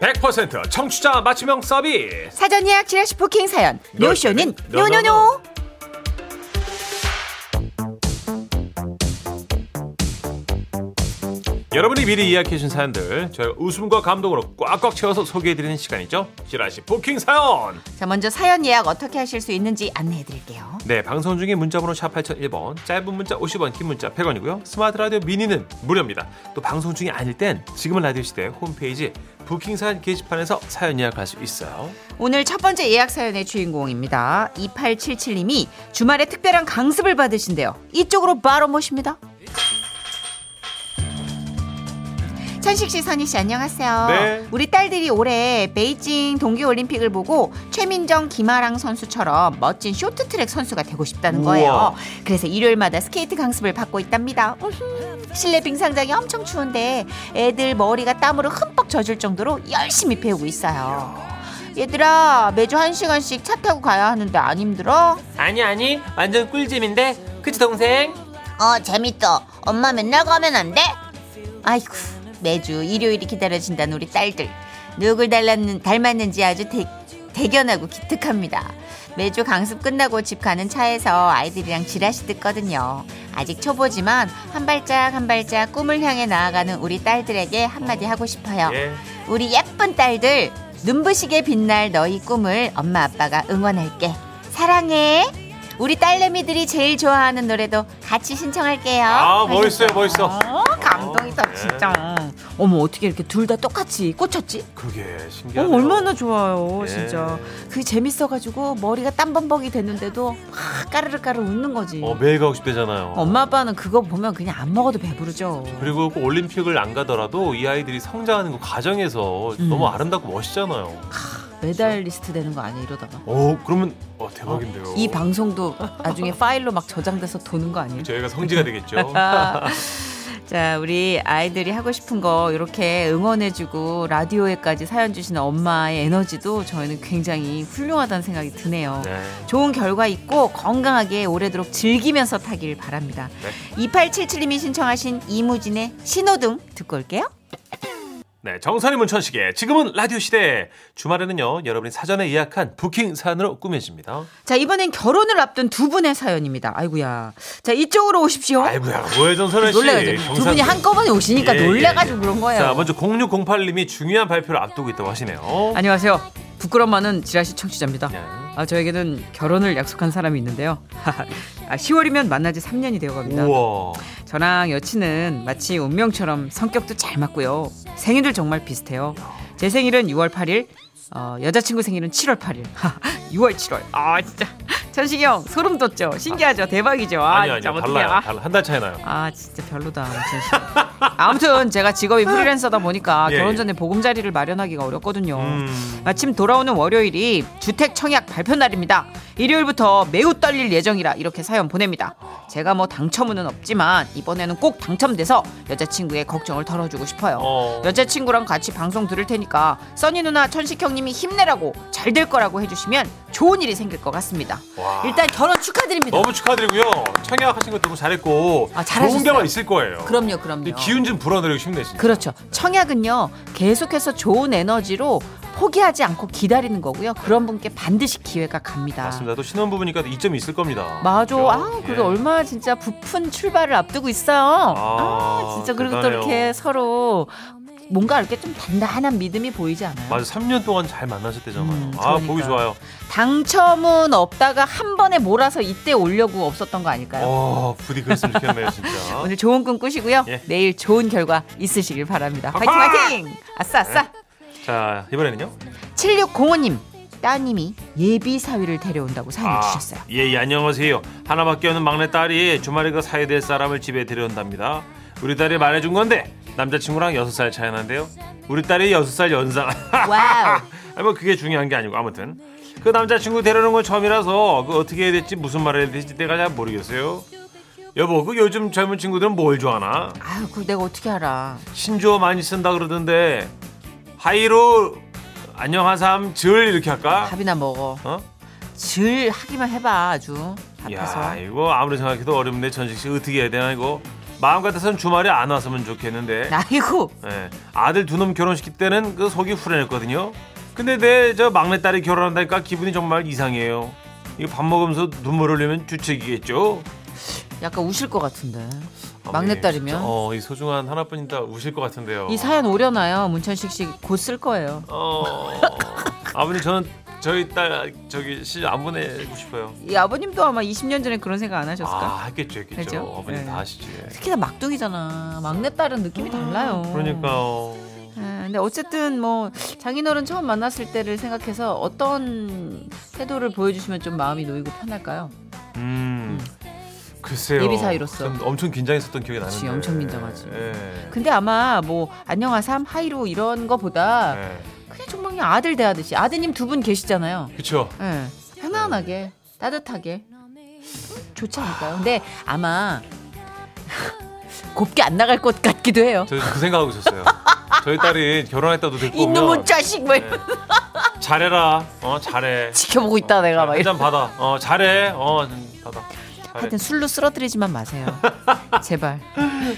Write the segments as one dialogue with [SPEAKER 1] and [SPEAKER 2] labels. [SPEAKER 1] 100% 청취자 맞춤형 서비스.
[SPEAKER 2] 사전 예약 지라시 부킹 사연
[SPEAKER 1] 노쇼는
[SPEAKER 2] 노쇼는
[SPEAKER 1] 노노노.
[SPEAKER 2] 노노노
[SPEAKER 1] 여러분이 미리 예약해 주신 사연들 저희 웃음과 감동으로 꽉꽉 채워서 소개해 드리는 시간이죠. 지라시 부킹 사연.
[SPEAKER 2] 자 먼저 사연 예약 어떻게 하실 수 있는지 안내해 드릴게요
[SPEAKER 1] 네, 방송 중에 문자번호 샵 8001번, 짧은 문자 50원, 긴 문자 100원이고요. 스마트 라디오 미니는 무료입니다. 또 방송 중이 아닐 땐 지금은 라디오 시대 홈페이지 부킹 사연 게시판에서 사연 예약할 수 있어요.
[SPEAKER 2] 오늘 첫 번째 예약 사연의 주인공입니다 2877님이 주말에 특별한 강습을 받으신대요 이쪽으로 바로 모십니다 천식 씨, 선희 씨, 안녕하세요.
[SPEAKER 1] 네.
[SPEAKER 2] 우리 딸들이 올해 베이징 동계올림픽을 보고 최민정, 김아랑 선수처럼 멋진 쇼트트랙 선수가 되고 싶다는 거예요.
[SPEAKER 1] 우와.
[SPEAKER 2] 그래서 일요일마다 스케이트 강습을 받고 있답니다. 우흠. 실내 빙상장이 엄청 추운데 애들 머리가 땀으로 흠뻑 젖을 정도로 열심히 배우고 있어요. 얘들아, 매주 한시간씩차 타고 가야 하는데 안 힘들어?
[SPEAKER 3] 아니 아니 완전 꿀잼인데 그치 동생?
[SPEAKER 2] 어 재밌어 엄마 맨날 가면 안 돼? 아이고 매주 일요일이 기다려진다는 우리 딸들 누굴 닮았는, 닮았는지 아주 대, 대견하고 기특합니다 매주 강습 끝나고 집 가는 차에서 아이들이랑 지라시 듣거든요 아직 초보지만 한 발짝 한 발짝 꿈을 향해 나아가는 우리 딸들에게 한마디 하고 싶어요
[SPEAKER 1] 예.
[SPEAKER 2] 우리 예쁜 딸들 눈부시게 빛날 너희 꿈을 엄마 아빠가 응원할게 사랑해 우리 딸내미들이 제일 좋아하는 노래도 같이 신청할게요
[SPEAKER 1] 아, 멋있어요, 멋있어.
[SPEAKER 2] 어, 감동이다
[SPEAKER 1] 예.
[SPEAKER 2] 진짜 어머 어떻게 이렇게 둘 다 똑같이 꽂혔지
[SPEAKER 1] 그게
[SPEAKER 2] 어,
[SPEAKER 1] 신기하네요.
[SPEAKER 2] 얼마나 좋아요
[SPEAKER 1] 예.
[SPEAKER 2] 진짜 그게 재밌어가지고 머리가 땀범벅이 됐는데도 막 까르르까르 웃는 거지
[SPEAKER 1] 어, 매일 가고 싶대잖아요.
[SPEAKER 2] 엄마 아빠는 그거 보면 그냥 안 먹어도 배부르죠
[SPEAKER 1] 그리고 꼭 올림픽을 안 가더라도 이 아이들이 성장하는 그 과정에서
[SPEAKER 2] 음.
[SPEAKER 1] 너무 아름답고 멋있잖아요.
[SPEAKER 2] 메달리스트 되는 거 아니야 이러다가
[SPEAKER 1] 오, 그러면 어, 대박인데요.
[SPEAKER 2] 이 방송도 나중에 파일로 막 저장돼서 도는 거 아니에요? 아,
[SPEAKER 1] 저희가 성지가 되겠죠.
[SPEAKER 2] 자, 우리 아이들이 하고 싶은 거 이렇게 응원해주고 라디오에까지 사연 주시는 엄마의 에너지도 저희는 굉장히 훌륭하다는 생각이 드네요.
[SPEAKER 1] 네.
[SPEAKER 2] 좋은 결과 있고 건강하게 오래도록 즐기면서 타길 바랍니다.
[SPEAKER 1] 네.
[SPEAKER 2] 2877님이 신청하신 이무진의 신호등 듣고 올게요.
[SPEAKER 1] 네, 정선이 문천식의 지금은 라디오 시대. 주말에는요, 여러분이 사전에 예약한 부킹 사연으로 꾸며집니다.
[SPEAKER 2] 자, 이번엔 결혼을 앞둔 두 분의 사연입니다. 아이고야. 자, 이쪽으로 오십시오.
[SPEAKER 1] 아이고야, 뭐야, 정선아 씨.
[SPEAKER 2] 놀래가지고 두
[SPEAKER 1] 정상-
[SPEAKER 2] 분이 한꺼번에 오시니까
[SPEAKER 1] 예, 예,
[SPEAKER 2] 놀래가지고
[SPEAKER 1] 예.
[SPEAKER 2] 그런 거예요.
[SPEAKER 1] 자, 먼저 0608님이 중요한 발표를 앞두고 있다고 하시네요.
[SPEAKER 2] 어? 안녕하세요. 부끄럼 많은 지라시 청취자입니다.
[SPEAKER 1] 네.
[SPEAKER 2] 아, 저에게는 결혼을 약속한 사람이 있는데요. 아, 10월이면 만난 지 3년이 되어 갑니다.
[SPEAKER 1] 우와.
[SPEAKER 2] 저랑 여친은 마치 운명처럼 성격도 잘 맞고요. 생일도 정말 비슷해요. 제 생일은 6월 8일, 어, 여자친구 생일은 7월 8일. 6월, 7월. 아, 진짜. 천식이 형, 소름 돋죠? 신기하죠? 대박이죠? 아,
[SPEAKER 1] 아니요,
[SPEAKER 2] 진짜
[SPEAKER 1] 아니요,
[SPEAKER 2] 어떡해.
[SPEAKER 1] 달라요.
[SPEAKER 2] 아.
[SPEAKER 1] 달라. 한 달 차이 나요.
[SPEAKER 2] 아 진짜 별로다 아무튼. 아무튼 제가 직업이 프리랜서다 보니까
[SPEAKER 1] 예,
[SPEAKER 2] 결혼
[SPEAKER 1] 예.
[SPEAKER 2] 전에 보금자리를 마련하기가 어렵거든요
[SPEAKER 1] 음.
[SPEAKER 2] 마침 돌아오는 월요일이 주택 청약 발표 날입니다 일요일부터 매우 떨릴 예정이라 이렇게 사연 보냅니다 제가 뭐 당첨은 없지만 이번에는 꼭 당첨돼서 여자친구의 걱정을 덜어주고 싶어요
[SPEAKER 1] 어.
[SPEAKER 2] 여자친구랑 같이 방송 들을 테니까 써니 누나 천식 형님이 힘내라고 잘 될 거라고 해주시면 좋은 일이 생길 것 같습니다
[SPEAKER 1] 와.
[SPEAKER 2] 일단 결혼 축하드립니다
[SPEAKER 1] 너무 축하드리고요. 청약하신 것도 너무 잘했고
[SPEAKER 2] 아,
[SPEAKER 1] 좋은
[SPEAKER 2] 잘하셨어요.
[SPEAKER 1] 데만 있을 거예요.
[SPEAKER 2] 그럼요 그럼요
[SPEAKER 1] 근데 기운 좀 불어내리고 싶네 진짜.
[SPEAKER 2] 그렇죠. 청약은요 계속해서 좋은 에너지로 포기하지 않고 기다리는 거고요. 그런 분께 반드시 기회가 갑니다.
[SPEAKER 1] 맞습니다. 그렇죠. 또 신혼부부니까 또 이점이 있을 겁니다.
[SPEAKER 2] 맞아.
[SPEAKER 1] 그죠? 예.
[SPEAKER 2] 아, 그게 얼마나 진짜 부푼 출발을 앞두고 있어요.
[SPEAKER 1] 아,
[SPEAKER 2] 아, 진짜 그리고 또
[SPEAKER 1] 대단해요.
[SPEAKER 2] 이렇게 서로 뭔가 이렇게 좀 단단한 믿음이 보이지 않아요?
[SPEAKER 1] 맞아. 3년 동안 잘 만나셨대잖아요.
[SPEAKER 2] 음,
[SPEAKER 1] 아,
[SPEAKER 2] 그러니까요.
[SPEAKER 1] 보기 좋아요.
[SPEAKER 2] 당첨은 없다가 한 번에 몰아서 이때 오려고 없었던 거 아닐까요?
[SPEAKER 1] 어, 부디 그랬으면 좋겠네요, 진짜.
[SPEAKER 2] 오늘 좋은 꿈 꾸시고요.
[SPEAKER 1] 예.
[SPEAKER 2] 내일 좋은 결과 있으시길 바랍니다. 화이팅
[SPEAKER 1] 아하!
[SPEAKER 2] 화이팅! 아싸 아싸!
[SPEAKER 1] 자, 이번에는요?
[SPEAKER 2] 음, 7605님 따님이 예비 사위를 데려온다고 사연을
[SPEAKER 1] 아,
[SPEAKER 2] 주셨어요.
[SPEAKER 1] 예, 예, 안녕하세요. 하나밖에 없는 막내 딸이 주말에 그 사야 될 사람을 집에 데려온답니다. 우리 딸이 말해준 건데 남자친구랑 여섯 살 차이 난대요. 우리 딸이 여섯 살 연상.
[SPEAKER 2] 와우.
[SPEAKER 1] 아니 뭐 그게 중요한 게 아니고 아무튼 그 남자친구 데려오는 건 처음이라서 그 어떻게 해야 될지 무슨 말을 해야 될지 내가 잘 모르겠어요. 여보, 그 요즘 젊은 친구들은 뭘 좋아하나?
[SPEAKER 2] 아유, 그걸 내가 어떻게 알아?
[SPEAKER 1] 신조어 많이 쓴다 그러던데 하이로 안녕하삼 절 이렇게 할까?
[SPEAKER 2] 밥이나 먹어.
[SPEAKER 1] 어?
[SPEAKER 2] 질 하기만 해봐 아주 앞에서.
[SPEAKER 1] 야 이거 아무리 생각해도 어렵네 전식 씨 어떻게 해야 되나 이거 마음 같아서는 주말에 안 왔으면 좋겠는데
[SPEAKER 4] 아이고
[SPEAKER 1] 예, 아들 두 놈 결혼식 때는 그 속이 후련했거든요. 근데 내 저 막내딸이 결혼한다니까 기분이 정말 이상해요. 이거 밥 먹으면서 눈물 흘리면 주책이겠죠?
[SPEAKER 2] 약간 우실 것 같은데.
[SPEAKER 1] 어머니, 진짜,
[SPEAKER 2] 막내딸이면.
[SPEAKER 1] 어, 이 소중한 하나뿐이다 우실 것 같은데요.
[SPEAKER 2] 이 사연 오려나요? 문천식 씨 곧 쓸 거예요.
[SPEAKER 1] 어, 아버님 저는 저희 딸 저기 시집 안 보내고 싶어요.
[SPEAKER 2] 이 아버님도 아마 20년 전에 그런 생각 안 하셨을까?
[SPEAKER 1] 아, 했겠죠, 했겠죠.
[SPEAKER 2] 그죠?
[SPEAKER 1] 어머님
[SPEAKER 2] 네.
[SPEAKER 1] 다 아시지.
[SPEAKER 2] 특히나 막둥이잖아. 막내딸은 느낌이 달라요.
[SPEAKER 1] 음, 그러니까요.
[SPEAKER 2] 아, 근데 어쨌든 뭐 장인어른 처음 만났을 때를 생각해서 어떤 태도를 보여주시면 좀 마음이 놓이고 편할까요?
[SPEAKER 1] 음, 글쎄요.
[SPEAKER 2] 예비 사이로서.
[SPEAKER 1] 참 엄청 긴장했었던 기억이
[SPEAKER 2] 그치,
[SPEAKER 1] 나는데.
[SPEAKER 2] 엄청 긴장하지.
[SPEAKER 1] 예.
[SPEAKER 2] 근데 아마 뭐 안녕하삼 하이로 이런 거보다
[SPEAKER 1] 예.
[SPEAKER 2] 그냥 정말 그냥 아들 대하듯이 아드님 두 분 계시잖아요.
[SPEAKER 1] 그쵸.
[SPEAKER 2] 예. 편안하게 따뜻하게 좋지 않을까요? 근데 아마 곱게 안 나갈 것 같기도 해요.
[SPEAKER 1] 저그 생각하고 있었어요. 저희 딸이 결혼했다도 듣고
[SPEAKER 2] 이놈의
[SPEAKER 1] 오면 예.
[SPEAKER 2] 자식 뭐
[SPEAKER 1] 네.
[SPEAKER 2] 이러면서
[SPEAKER 1] 잘해라. 어 잘해.
[SPEAKER 2] 지켜보고 있다 내가 막 이러.
[SPEAKER 1] 일단 받아. 어 잘해. 어 받아. 잘해.
[SPEAKER 2] 하여튼 술로 쓰러뜨리지만 마세요. 제발.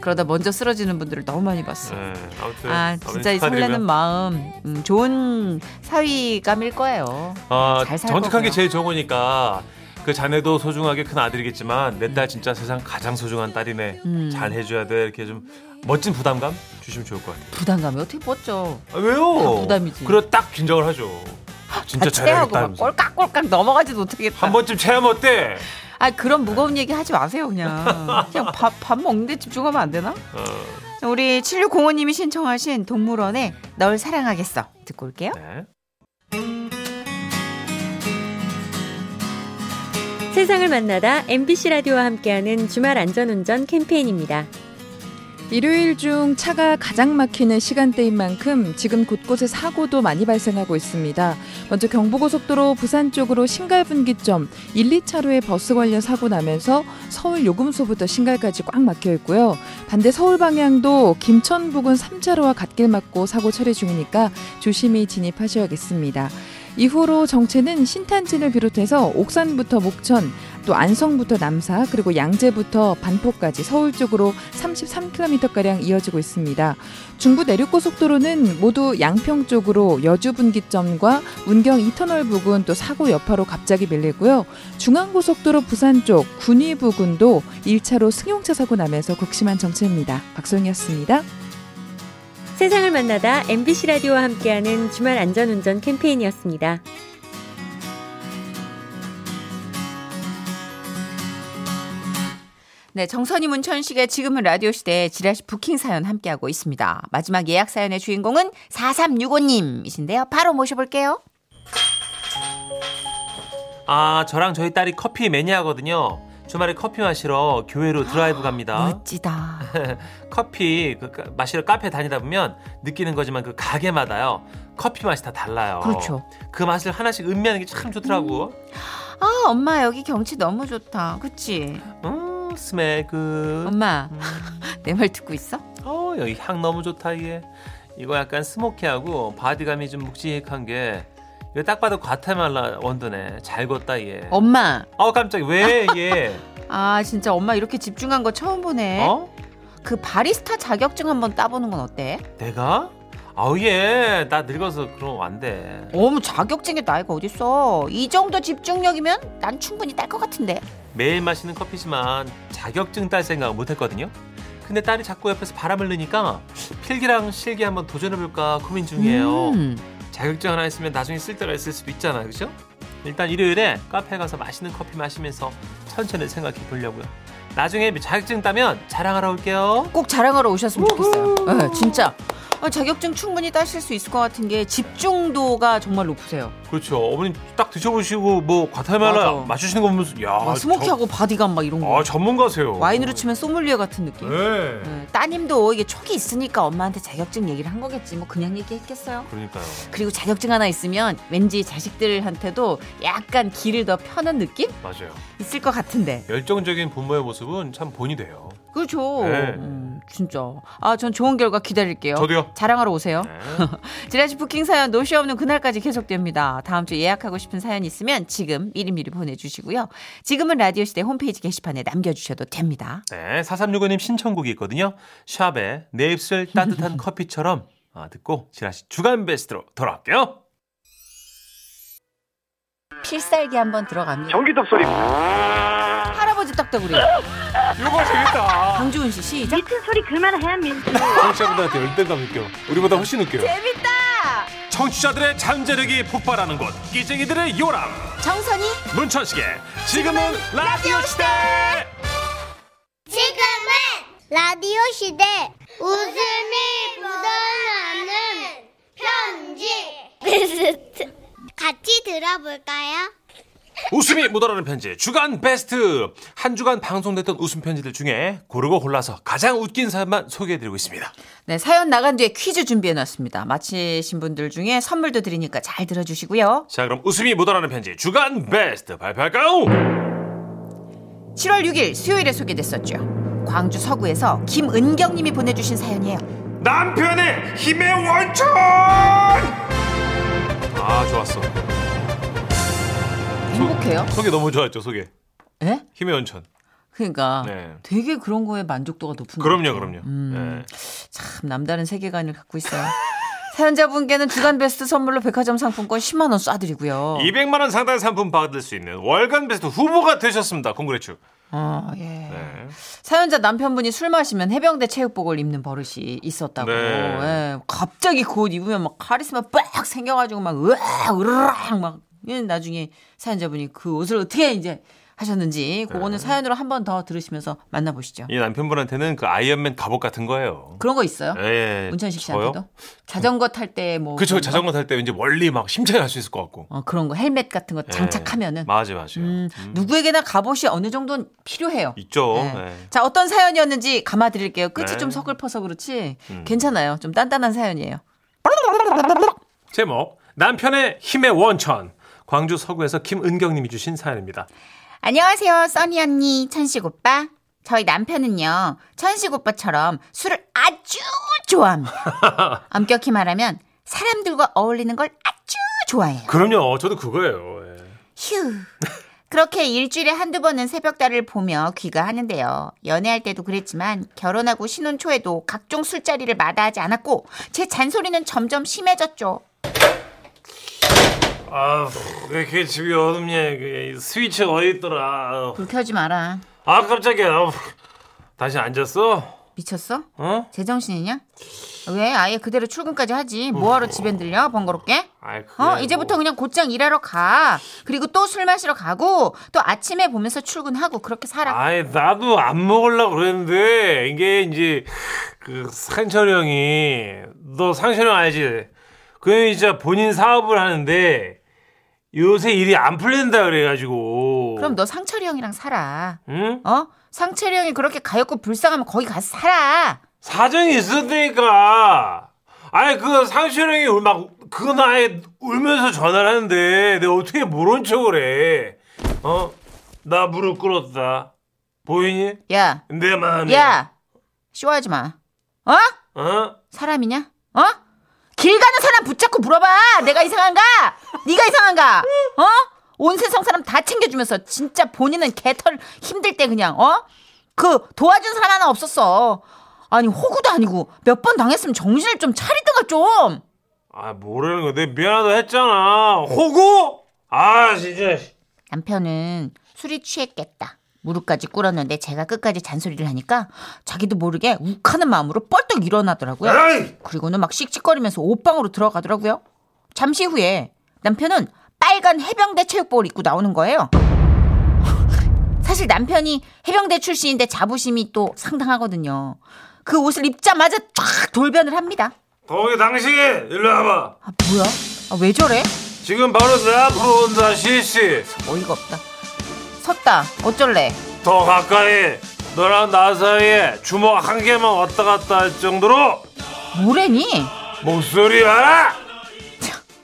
[SPEAKER 2] 그러다 먼저 쓰러지는 분들을 너무 많이 봤어요.
[SPEAKER 1] 예, 아무튼
[SPEAKER 2] 아
[SPEAKER 1] 아버님
[SPEAKER 2] 진짜 이
[SPEAKER 1] 축하드리고요.
[SPEAKER 2] 설레는 마음 음, 좋은 사위감일 거예요.
[SPEAKER 1] 아,
[SPEAKER 2] 잘살
[SPEAKER 1] 정직한 게
[SPEAKER 2] 거고요.
[SPEAKER 1] 제일 좋은 거니까 그 자네도 소중하게 큰 아들이겠지만 내 딸 진짜 세상 가장 소중한 딸이네.
[SPEAKER 2] 음.
[SPEAKER 1] 잘 해줘야 돼. 이렇게 좀 멋진 부담감 주시면 좋을 것 같아요.
[SPEAKER 2] 부담감이 어떻게 뻗죠?
[SPEAKER 1] 아, 왜요?
[SPEAKER 2] 다 부담이지.
[SPEAKER 1] 그래 딱 긴장을 하죠. 진짜
[SPEAKER 2] 하고
[SPEAKER 1] 잘하겠다.
[SPEAKER 2] 아, 막
[SPEAKER 1] 하면서.
[SPEAKER 2] 꼴깍꼴깍 넘어가지도 못하겠다.
[SPEAKER 1] 한 번쯤 체험 어때?
[SPEAKER 2] 아 그런 무거운 얘기 하지 마세요 그냥. 그냥 밥, 밥 먹는데 집중하면 안 되나?
[SPEAKER 1] 어,
[SPEAKER 2] 우리 7605님이 신청하신 동물원의 널 사랑하겠어 듣고 올게요.
[SPEAKER 1] 네.
[SPEAKER 5] 세상을 만나다 MBC 라디오와 함께하는 주말 안전운전 캠페인입니다.
[SPEAKER 6] 일요일 중 차가 가장 막히는 시간대인 만큼 지금 곳곳에 사고도 많이 발생하고 있습니다. 먼저 경부고속도로 부산 쪽으로 신갈분기점 1, 2차로에 버스 관련 사고 나면서 서울 요금소부터 신갈까지 꽉 막혀 있고요. 반대 서울 방향도 김천 부근 3차로와 갓길 막고 사고 처리 중이니까 조심히 진입하셔야겠습니다. 이후로 정체는 신탄진을 비롯해서 옥산부터 목천, 또 안성부터 남사 그리고 양재부터 반포까지 서울 쪽으로 33km 가량 이어지고 있습니다. 중부 내륙고속도로는 모두 양평 쪽으로 여주 분기점과 운경 이터널 부근 또 사고 여파로 갑자기 밀리고요. 중앙고속도로 부산 쪽 군위 부근도 1차로 승용차 사고 나면서 극심한 정체입니다. 박소영이었습니다.
[SPEAKER 5] 세상을 만나다 MBC 라디오와 함께하는 주말 안전운전 캠페인이었습니다.
[SPEAKER 2] 네, 정선이 문천식의 지금은 라디오 시대 지라시 부킹 사연 함께하고 있습니다. 마지막 예약 사연의 주인공은 4365님이신데요. 바로 모셔볼게요.
[SPEAKER 1] 아 저랑 저희 딸이 커피 매니아거든요. 주말에 커피 마시러 교회로 드라이브 갑니다.
[SPEAKER 2] 아, 멋지다.
[SPEAKER 1] 커피 그 까- 마시러 카페 다니다 보면 느끼는 거지만 그 가게마다요 커피 맛이 다 달라요.
[SPEAKER 2] 그렇죠.
[SPEAKER 1] 그 맛을 하나씩 음미하는 게 참 좋더라고.
[SPEAKER 2] 아, 엄마 여기 경치 너무 좋다. 그치?
[SPEAKER 1] 음, 스멜 그.
[SPEAKER 2] 엄마, 내 말 듣고 있어?
[SPEAKER 1] 어 여기 향 너무 좋다 얘. 이거 약간 스모키하고 바디감이 좀 묵직한 게. 이거 딱 봐도 과테말라 원두네. 잘 걷다 얘. 어,
[SPEAKER 2] 엄마.
[SPEAKER 1] 깜짝 왜 얘?
[SPEAKER 2] 아, 진짜 엄마 이렇게 집중한 거 처음 보네.
[SPEAKER 1] 어?
[SPEAKER 2] 그 바리스타 자격증 한번 따보는 건 어때?
[SPEAKER 1] 내가? 아우 얘. 나 늙어서 그럼 안 돼.
[SPEAKER 2] 어머, 자격증에 나이가 어딨어. 이 정도 집중력이면 난 충분히 딸 것 같은데.
[SPEAKER 1] 매일 마시는 커피지만 자격증 딸 생각 못 했거든요. 근데 딸이 자꾸 옆에서 바람을 넣으니까 필기랑 실기 한번 도전해볼까 고민 중이에요.
[SPEAKER 2] 음.
[SPEAKER 1] 자격증 하나 있으면 나중에 쓸 때가 있을 수도 있잖아요. 그죠? 일단 일요일에 카페 가서 맛있는 커피 마시면서 천천히 생각해 보려고요. 나중에 자격증 따면 자랑하러 올게요.
[SPEAKER 2] 꼭 자랑하러 오셨으면 좋겠어요. 네, 진짜. 어, 자격증 충분히 따실 수 있을 것 같은 게 집중도가 정말 높으세요.
[SPEAKER 1] 그렇죠. 어머님 딱 드셔보시고 뭐
[SPEAKER 2] 맞아.
[SPEAKER 1] 과탈말라 맞추시는 거 보면서 야
[SPEAKER 2] 막 스모키하고 바디감 막 이런
[SPEAKER 1] 저-
[SPEAKER 2] 거.
[SPEAKER 1] 아 전문가세요.
[SPEAKER 2] 와인으로 치면 소믈리에 같은 느낌.
[SPEAKER 1] 네.
[SPEAKER 2] 네, 따님도 이게 촉이 있으니까 엄마한테 자격증 얘기를 한 거겠지. 뭐 그냥 얘기했겠어요.
[SPEAKER 1] 그러니까요.
[SPEAKER 2] 그리고 자격증 하나 있으면 왠지 자식들한테도 약간 길을 더 펴는 느낌?
[SPEAKER 1] 맞아요.
[SPEAKER 2] 있을 것 같은데.
[SPEAKER 1] 열정적인 부모의 모습은 참 본이 돼요.
[SPEAKER 2] 그렇죠.
[SPEAKER 1] 네.
[SPEAKER 2] 음,
[SPEAKER 7] 진짜. 아, 전 좋은 결과 기다릴게요.
[SPEAKER 1] 저도요.
[SPEAKER 7] 자랑하러 오세요.
[SPEAKER 1] 네.
[SPEAKER 7] 지라시 부킹 사연 노쇼 없는 그날까지 계속됩니다. 다음 주 예약하고 싶은 사연 있으면 지금 미리미리 보내주시고요. 지금은 라디오 시대 홈페이지 게시판에 남겨주셔도 됩니다.
[SPEAKER 1] 네, 4365님 신청곡이 있거든요. 샵에 내 입술 따뜻한 커피처럼 아, 듣고 지라시 주간 베스트로 돌아올게요.
[SPEAKER 7] 필살기 한번 들어갑니다.
[SPEAKER 8] 전기톱 소리.
[SPEAKER 7] 할아버지 떡떡구리.
[SPEAKER 1] 이거 재밌다.
[SPEAKER 7] 강주은 씨 시작.
[SPEAKER 5] 미친 소리 그만해 민수.
[SPEAKER 1] 청취자분들한테 열등감 느껴. 우리보다 훨씬 느껴요. 재밌다. 청취자들의 잠재력이 폭발하는 곳. 끼쟁이들의 요람.
[SPEAKER 7] 정선이
[SPEAKER 1] 문천식의 지금은 라디오 시대.
[SPEAKER 9] 지금은 라디오 시대 웃음이 묻어나는 편지 베스트 같이 들어볼까요?
[SPEAKER 1] 웃음이 묻어나는 편지 주간 베스트. 한 주간 방송됐던 웃음 편지들 중에 고르고 골라서 가장 웃긴 사연만 소개해드리고 있습니다.
[SPEAKER 7] 네, 사연 나간 뒤에 퀴즈 준비해놨습니다. 마치신 분들 중에 선물도 드리니까 잘 들어주시고요.
[SPEAKER 1] 자, 그럼 웃음이 묻어나는 편지 주간 베스트 발표할까요?
[SPEAKER 7] 7월 6일 수요일에 소개됐었죠. 광주 서구에서 김은경님이 보내주신 사연이에요.
[SPEAKER 1] 남편의 힘의 원천! 아, 좋았어.
[SPEAKER 7] 행복해요?
[SPEAKER 1] 소개 너무 좋았죠, 소개.
[SPEAKER 7] 예?
[SPEAKER 1] 힘의 원천.
[SPEAKER 7] 그러니까
[SPEAKER 1] 네.
[SPEAKER 7] 되게 그런 거에 만족도가 높은
[SPEAKER 1] 그럼요,
[SPEAKER 7] 것 같아요.
[SPEAKER 1] 그럼요.
[SPEAKER 7] 음.
[SPEAKER 1] 네.
[SPEAKER 7] 참 남다른 세계관을 갖고 있어요. 사연자분께는 주간 베스트 선물로 백화점 상품권 10만 원 쏴드리고요.
[SPEAKER 1] 200만 원 상당의 상품 받을 수 있는 월간 베스트 후보가 되셨습니다. 콩그레츄.
[SPEAKER 7] 어, 예.
[SPEAKER 1] 네.
[SPEAKER 7] 사연자 남편분이 술 마시면 해병대 체육복을 입는 버릇이 있었다고.
[SPEAKER 1] 네.
[SPEAKER 7] 예. 갑자기 그 옷 입으면 막 카리스마 빡 생겨가지고 막 으악 으르락 막 예, 나중에 사연자분이 그 옷을 어떻게 이제 하셨는지
[SPEAKER 1] 네.
[SPEAKER 7] 그거는 사연으로 한 번 더 들으시면서 만나보시죠.
[SPEAKER 1] 이 남편분한테는 그 아이언맨 갑옷 같은 거예요.
[SPEAKER 7] 그런 거 있어요?
[SPEAKER 1] 예.
[SPEAKER 7] 아, 문천식
[SPEAKER 1] 저요?
[SPEAKER 7] 씨한테도 자전거 탈 때뭐
[SPEAKER 1] 그쵸, 자전거 탈 때 왠지 멀리 막 힘차게 갈 수 있을 것 같고.
[SPEAKER 7] 어, 그런 거 헬멧 같은 거
[SPEAKER 1] 예.
[SPEAKER 7] 장착하면은
[SPEAKER 1] 맞아, 맞아요.
[SPEAKER 7] 음, 누구에게나 갑옷이 어느 정도는 필요해요.
[SPEAKER 1] 있죠.
[SPEAKER 7] 네.
[SPEAKER 1] 예.
[SPEAKER 7] 자 어떤 사연이었는지 감아드릴게요. 끝이
[SPEAKER 1] 네.
[SPEAKER 7] 좀 서글퍼서 그렇지
[SPEAKER 1] 음.
[SPEAKER 7] 괜찮아요. 좀 단단한 사연이에요.
[SPEAKER 1] 제목, 남편의 힘의 원천. 광주 서구에서 김은경님이 주신 사연입니다.
[SPEAKER 2] 안녕하세요 써니 언니 천식 오빠 저희 남편은요 천식 오빠처럼 술을 아주 좋아합니다 엄격히 말하면 사람들과 어울리는 걸 아주 좋아해요
[SPEAKER 1] 그럼요, 저도 그거예요. 예.
[SPEAKER 2] 휴. 그렇게 일주일에 한두 번은 새벽달을 보며 귀가하는데요. 연애할 때도 그랬지만 결혼하고 신혼 초에도 각종 술자리를 마다하지 않았고 제 잔소리는 점점 심해졌죠.
[SPEAKER 1] 아, 왜 이렇게 집이 어둡냐. 그 스위치 어디 있더라.
[SPEAKER 2] 불켜지 마라.
[SPEAKER 1] 아, 깜짝이야. 아우, 다시 앉았어?
[SPEAKER 2] 미쳤어?
[SPEAKER 1] 어?
[SPEAKER 2] 제정신이냐? 왜 아예 그대로 출근까지 하지? 뭐하러 집에 들려? 번거롭게?
[SPEAKER 1] 아이, 그래,
[SPEAKER 2] 어, 이제부터 그냥 곧장 일하러 가. 그리고 또 술 마시러 가고 또 아침에 보면서 출근하고 그렇게 살아.
[SPEAKER 1] 아이, 나도 안 먹으려고 그랬는데, 이게 이제, 그, 상철이 형이, 너 상철이 형 알지? 그 형이 진짜 본인 사업을 하는데, 요새 일이 안 풀린다 그래가지고.
[SPEAKER 2] 그럼 너 상철이 형이랑 살아.
[SPEAKER 1] 응?
[SPEAKER 2] 어? 상철이 형이 그렇게 가엾고 불쌍하면 거기 가서 살아.
[SPEAKER 1] 사정이 있었다니까. 아니, 그 상철이 형이 울- 막, 그 나에 울면서 전화를 하는데, 내가 어떻게 모른 척을 해. 어? 나 무릎 꿇었다. 보이니?
[SPEAKER 2] 야,
[SPEAKER 1] 내 마음이.
[SPEAKER 2] 야, 쇼하지 마. 어?
[SPEAKER 1] 어?
[SPEAKER 2] 사람이냐? 어? 길 가는 사람 붙잡고 물어봐. 내가 이상한가? 네가 이상한가? 어? 온 세상 사람 다 챙겨주면서 진짜 본인은 개털 힘들 때 그냥 어? 그 도와준 사람 하나 없었어. 아니 호구도 아니고 몇 번 당했으면 정신을 좀 차리든가 좀.
[SPEAKER 1] 아 모르는 거. 내 미안하다 했잖아. 호구? 아 진짜.
[SPEAKER 2] 남편은 술이 취했겠다. 무릎까지 꿇었는데 제가 끝까지 잔소리를 하니까 자기도 모르게 욱하는 마음으로 뻘떡 일어나더라고요.
[SPEAKER 1] 에이!
[SPEAKER 2] 그리고는 막 씩씩거리면서 옷방으로 들어가더라고요. 잠시 후에 남편은 빨간 해병대 체육복을 입고 나오는 거예요. 사실 남편이 해병대 출신인데 자부심이 또 상당하거든요. 그 옷을 입자마자 쫙 돌변을 합니다.
[SPEAKER 1] 거기 당신이 일로 와봐.
[SPEAKER 2] 아 뭐야? 아, 왜 저래?
[SPEAKER 1] 지금 바로 내 앞으로 온다 시시.
[SPEAKER 2] 어이가 없다. 섰다. 어쩔래?
[SPEAKER 1] 더 가까이. 너랑 나 사이에 주먹 한 개만 왔다 갔다 할 정도로
[SPEAKER 2] 뭐래니?
[SPEAKER 1] 목소리 알아?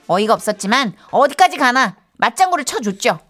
[SPEAKER 2] 어이가 없었지만 어디까지 가나 맞장구를 쳐줬죠.